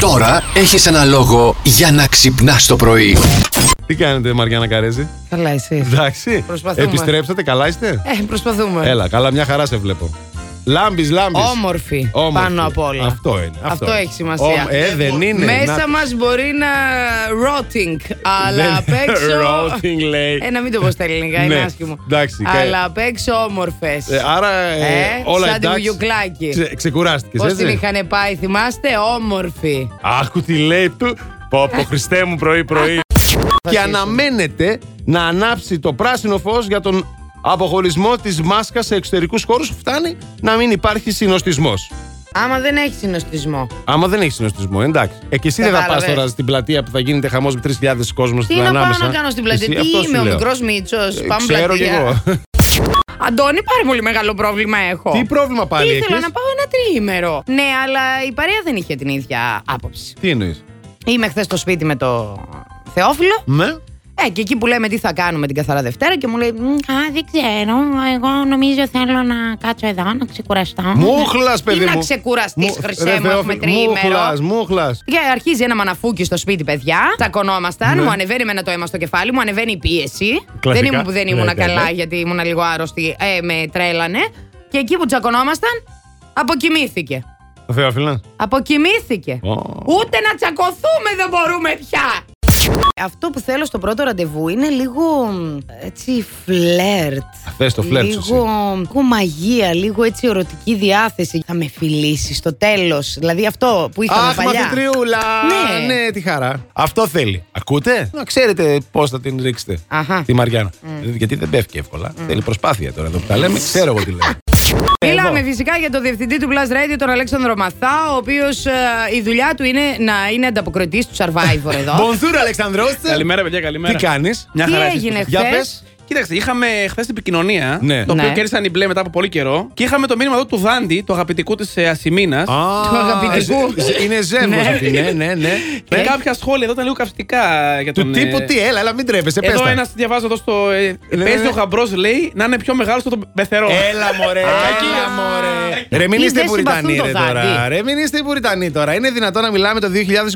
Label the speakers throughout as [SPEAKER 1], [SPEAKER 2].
[SPEAKER 1] Τώρα έχεις ένα λόγο για να ξυπνάς το πρωί.
[SPEAKER 2] Τι κάνετε, Μαριάννα Καρέζη.
[SPEAKER 3] Καλά, εσύ.
[SPEAKER 2] Εντάξει.
[SPEAKER 3] Προσπαθούμε.
[SPEAKER 2] Επιστρέψατε, καλά είστε.
[SPEAKER 3] Ε, προσπαθούμε.
[SPEAKER 2] Έλα, καλά, μια χαρά σε βλέπω. Λάμπεις, λάμπεις.
[SPEAKER 3] Όμορφη, πάνω απ' όλα.
[SPEAKER 2] Αυτό είναι. Αυτό,
[SPEAKER 3] Αυτό
[SPEAKER 2] είναι.
[SPEAKER 3] έχει σημασία.
[SPEAKER 2] Όμ- Ε, δεν είναι.
[SPEAKER 3] Μέσα
[SPEAKER 2] Να-
[SPEAKER 3] μας μπορεί να rotting, αλλά απ' έξω.
[SPEAKER 2] Rotting, λέει.
[SPEAKER 3] Ε, να μην το πω στα ελληνικά, είναι
[SPEAKER 2] Ναι,
[SPEAKER 3] άσχημο.
[SPEAKER 2] εντάξει, κα-
[SPEAKER 3] Αλλά απ' έξω όμορφες.
[SPEAKER 2] Ε, άρα ε,
[SPEAKER 3] Ε,
[SPEAKER 2] όλα
[SPEAKER 3] σαν τη
[SPEAKER 2] εντάξει.
[SPEAKER 3] Βουγιουκλάκη.
[SPEAKER 2] Ξε, ξεκουράστηκες,
[SPEAKER 3] Πώς την
[SPEAKER 2] έτσι.
[SPEAKER 3] είχαν πάει, θυμάστε, όμορφη.
[SPEAKER 2] Άκου τι λέει του. Πω,
[SPEAKER 3] Ε.
[SPEAKER 2] πω, Χριστέ μου πρωί-πρωί. και αναμένεται να ανάψει το πράσινο φως για τον αποχωρισμό της μάσκας σε εξωτερικούς χώρους. Φτάνει να μην υπάρχει συνοστισμός.
[SPEAKER 3] Άμα δεν έχει συνοστισμό.
[SPEAKER 2] Άμα δεν έχει συνοστισμό, εντάξει. Ε, και εσύ δεν θα πα
[SPEAKER 3] Κατάλαβες.
[SPEAKER 2] τώρα στην πλατεία που θα γίνεται χαμός με 3.000 κόσμος
[SPEAKER 3] Τι
[SPEAKER 2] στην
[SPEAKER 3] να
[SPEAKER 2] ανάμεσα.
[SPEAKER 3] πάω να κάνω στην πλατεία.
[SPEAKER 2] Εσύ-
[SPEAKER 3] Τι
[SPEAKER 2] αυτό σου
[SPEAKER 3] είμαι, ο
[SPEAKER 2] λέω.
[SPEAKER 3] μικρός Μίτσος.
[SPEAKER 2] Ε,
[SPEAKER 3] Πάμε
[SPEAKER 2] Ξέρω κι
[SPEAKER 3] πλατεία.
[SPEAKER 2] εγώ.
[SPEAKER 3] Αντώνη, πάρα πολύ μεγάλο πρόβλημα έχω.
[SPEAKER 2] Τι πρόβλημα πάλι
[SPEAKER 3] Ήθελα
[SPEAKER 2] έχεις?
[SPEAKER 3] να πάω ένα τριήμερο. Ναι, αλλά η παρέα δεν είχε την ίδια άποψη.
[SPEAKER 2] Τι εννοείς.
[SPEAKER 3] Είμαι χθες στο σπίτι με το Θεόφιλο.
[SPEAKER 2] Με.
[SPEAKER 3] Ε, και εκεί που λέμε τι θα κάνουμε την καθαρά Δευτέρα και μου λέει. «Μμ,
[SPEAKER 4] Α, δεν ξέρω. Εγώ νομίζω θέλω να κάτσω εδώ, να ξεκουραστώ.
[SPEAKER 2] Μούχλας, παιδί μου.
[SPEAKER 3] να ξεκουραστείς,
[SPEAKER 2] Μου-
[SPEAKER 3] Χρυσέ
[SPEAKER 2] Ρε,
[SPEAKER 3] μου, έχουμε
[SPEAKER 2] Θεόφιλε,
[SPEAKER 3] τριήμερο.
[SPEAKER 2] Μούχλας, μούχλας.
[SPEAKER 3] Και αρχίζει ένα μαναφούκι στο σπίτι, παιδιά. Τσακωνόμασταν. Μου ανεβαίνει με ένα το αίμα στο κεφάλι, μου ανεβαίνει η πίεση.
[SPEAKER 2] Ναι. Κλασικά.
[SPEAKER 3] Δεν ήμουν που δεν
[SPEAKER 2] Ναι,
[SPEAKER 3] ήμουν
[SPEAKER 2] ναι,
[SPEAKER 3] καλά,
[SPEAKER 2] ναι.
[SPEAKER 3] γιατί ήμουν λίγο άρρωστη. Ε, με τρέλανε. Και εκεί που τσακωνόμασταν, αποκοιμήθηκε.
[SPEAKER 2] Θεόφιλα.
[SPEAKER 3] Αποκοιμήθηκε.
[SPEAKER 2] Ω.
[SPEAKER 3] Ούτε να τσακωθούμε δεν μπορούμε πια. Αυτό που θέλω στο πρώτο ραντεβού είναι λίγο μ, έτσι φλερτ.
[SPEAKER 2] Θες το φλερτ σου,
[SPEAKER 3] Λίγο, λίγο μαγεία, λίγο έτσι ερωτική διάθεση. Θα με φιλήσεις στο τέλος. Δηλαδή αυτό που είχαμε
[SPEAKER 2] Αχ,
[SPEAKER 3] παλιά.
[SPEAKER 2] μαθητριούλα!
[SPEAKER 3] Ναι.
[SPEAKER 2] ναι, τι χαρά. Αυτό θέλει. Ακούτε? Να ξέρετε πώς θα την ρίξετε.
[SPEAKER 3] Αχα. Mm.
[SPEAKER 2] Τη Μαριάννα. Δηλαδή, Γιατί δεν πέφτει εύκολα. Θέλει προσπάθεια τώρα εδώ που τα λέμε. Ξέρω εγώ τι λέω.
[SPEAKER 3] Μιλάμε φυσικά για τον διευθυντή του Blast Radio, τον Αλέξανδρο Μαθά, ο οποίος η δουλειά του είναι να είναι ανταποκριτής του Survivor εδώ.
[SPEAKER 2] Μπονθούρα, Αλεξανδρός.
[SPEAKER 5] Καλημέρα, παιδιά, καλημέρα.
[SPEAKER 2] Τι κάνεις.
[SPEAKER 5] Μια
[SPEAKER 3] Τι
[SPEAKER 5] χαρά
[SPEAKER 3] έγινε
[SPEAKER 5] εσείς.
[SPEAKER 2] Για
[SPEAKER 3] χθες?
[SPEAKER 2] πες.
[SPEAKER 5] Κοίταξε, είχαμε χθες την επικοινωνία.
[SPEAKER 2] Ναι.
[SPEAKER 5] Το οποίο
[SPEAKER 3] Ναι.
[SPEAKER 5] κέρδισαν οι μπλε μετά από πολύ καιρό. Και είχαμε το μήνυμα εδώ του Δάντη, του αγαπητικού ε, τη Ασημίνα.
[SPEAKER 3] Του αγαπητικού.
[SPEAKER 2] Είναι ζεύγος αυτή. Ναι, ναι, ναι.
[SPEAKER 5] Και κάποια σχόλια εδώ ήταν λίγο καυστικά για τον.
[SPEAKER 2] Του
[SPEAKER 5] ε,
[SPEAKER 2] τύπου τι, έλα, έλα, μην τρέπεσαι. πες
[SPEAKER 5] Εδώ
[SPEAKER 2] τα.
[SPEAKER 5] ένας διαβάζω εδώ στο. Ε,
[SPEAKER 2] ναι,
[SPEAKER 5] παίζει
[SPEAKER 2] ναι.
[SPEAKER 5] ο γαμπρός, λέει, να είναι πιο μεγάλο
[SPEAKER 2] Ε,
[SPEAKER 5] στον πεθερό.
[SPEAKER 2] Έλα μωρέ, έλα μωρέ. Ρε μην
[SPEAKER 3] Ή
[SPEAKER 2] είστε
[SPEAKER 3] δεν
[SPEAKER 2] Πουριτανοί ρε
[SPEAKER 3] συμπαθούν το
[SPEAKER 2] τώρα.
[SPEAKER 3] Δάντη.
[SPEAKER 2] Ρε μην είστε Πουριτανοί τώρα. Είναι δυνατόν να μιλάμε το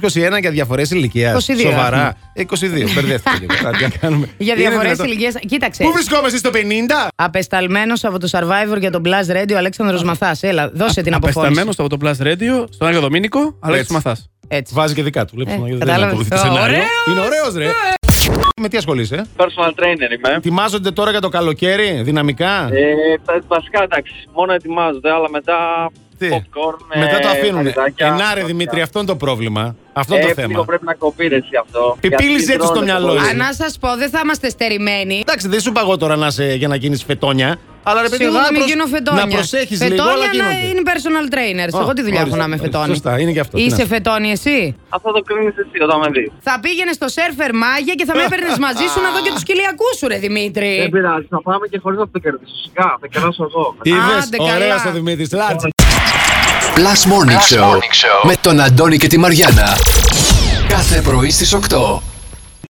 [SPEAKER 2] 2021 για διαφορές ηλικίας.
[SPEAKER 3] 22
[SPEAKER 2] Σοβαρά. 22, μπερδεύτηκα λίγο. Κάτι να κάνουμε.
[SPEAKER 3] για
[SPEAKER 2] Είναι
[SPEAKER 3] διαφορές
[SPEAKER 2] δυνατόν.
[SPEAKER 3] ηλικίας. Κοίταξε.
[SPEAKER 2] Πού βρισκόμαστε στο 50?
[SPEAKER 3] Απεσταλμένος από το Survivor για τον Blast Radio, Αλέξανδρος Μαθάς. Έλα, δώσε την αποφώνηση.
[SPEAKER 5] Απεσταμένο από το Plus Radio, στον Άγιο Δομήνικο, Αλέξη
[SPEAKER 2] Έτσι.
[SPEAKER 5] Μαθάς.
[SPEAKER 3] Έτσι.
[SPEAKER 2] Βάζει και δικά του. Βλέπεις,
[SPEAKER 3] Ε,
[SPEAKER 2] να- δεν
[SPEAKER 3] κατάλαβες.
[SPEAKER 2] ακολουθεί το
[SPEAKER 3] Ω,
[SPEAKER 2] σενάριο.
[SPEAKER 3] ωραίος. Ε.
[SPEAKER 2] Είναι ωραίος, ρε. Με τι ασχολείσαι,
[SPEAKER 6] Personal trainer είμαι.
[SPEAKER 2] Ετοιμάζονται τώρα για το καλοκαίρι, δυναμικά.
[SPEAKER 6] Ε, τα- βασικά εντάξει, μόνο ετοιμάζονται, αλλά μετά
[SPEAKER 2] Τι?
[SPEAKER 6] popcorn. ε,
[SPEAKER 2] Μετά το αφήνουν.
[SPEAKER 6] παγιδάκια,
[SPEAKER 2] Ενάρε
[SPEAKER 6] βασικά.
[SPEAKER 2] Δημήτρη, αυτό είναι το πρόβλημα. Αυτό
[SPEAKER 6] Ε,
[SPEAKER 2] είναι το
[SPEAKER 6] λίγο
[SPEAKER 2] θέμα.
[SPEAKER 6] πρέπει να κοπεί ρε εσύ αυτό.
[SPEAKER 2] Πιπίλησε
[SPEAKER 6] Γιατί
[SPEAKER 2] έτσι στο
[SPEAKER 6] τρώνε το
[SPEAKER 2] μυαλό
[SPEAKER 6] πρωί.
[SPEAKER 2] σου.
[SPEAKER 3] Αν να σας πω, δεν θα είμαστε στερημένοι.
[SPEAKER 2] Εντάξει, δεν σου παγώ τώρα να σε, για να γίνεις φετόνια. Αλλά ρε παιδί μου,
[SPEAKER 3] Εγώ
[SPEAKER 2] να,
[SPEAKER 3] μην
[SPEAKER 2] προσ-
[SPEAKER 3] γίνω φετόνια.
[SPEAKER 2] να προσέχεις λίγο.
[SPEAKER 3] Φετόνια
[SPEAKER 2] Όλα
[SPEAKER 3] να
[SPEAKER 2] γίνονται.
[SPEAKER 3] είναι personal trainers.
[SPEAKER 2] Α,
[SPEAKER 3] Εγώ τι δουλειά έχω
[SPEAKER 2] ορίστε.
[SPEAKER 3] να είμαι φετόνι.
[SPEAKER 2] Σωστά, είναι και αυτό. ναι. Τι
[SPEAKER 3] Είσαι
[SPEAKER 2] να-
[SPEAKER 3] φετόνι εσύ.
[SPEAKER 6] Αυτό το κρίνει εσύ όταν με δεις.
[SPEAKER 3] Θα πήγαινε στο σερφερ μάγια και θα με έπαιρνες μαζί σου να δω και τους κοιλιακούς σου, ρε
[SPEAKER 6] Δεν
[SPEAKER 3] Δημήτρη.
[SPEAKER 6] πειράζει, θα πάμε και χωρίς να το κερδίσω. Σιγά, θα κεράσω εγώ.
[SPEAKER 2] Είδες,
[SPEAKER 3] Άντε
[SPEAKER 2] ωραία
[SPEAKER 3] καλά.
[SPEAKER 2] στο Δημήτρης. Λάτσε.
[SPEAKER 1] Plus Morning, Show, με τον Αντώνη και τη Μαριάνα. Κάθε πρωί στις 8.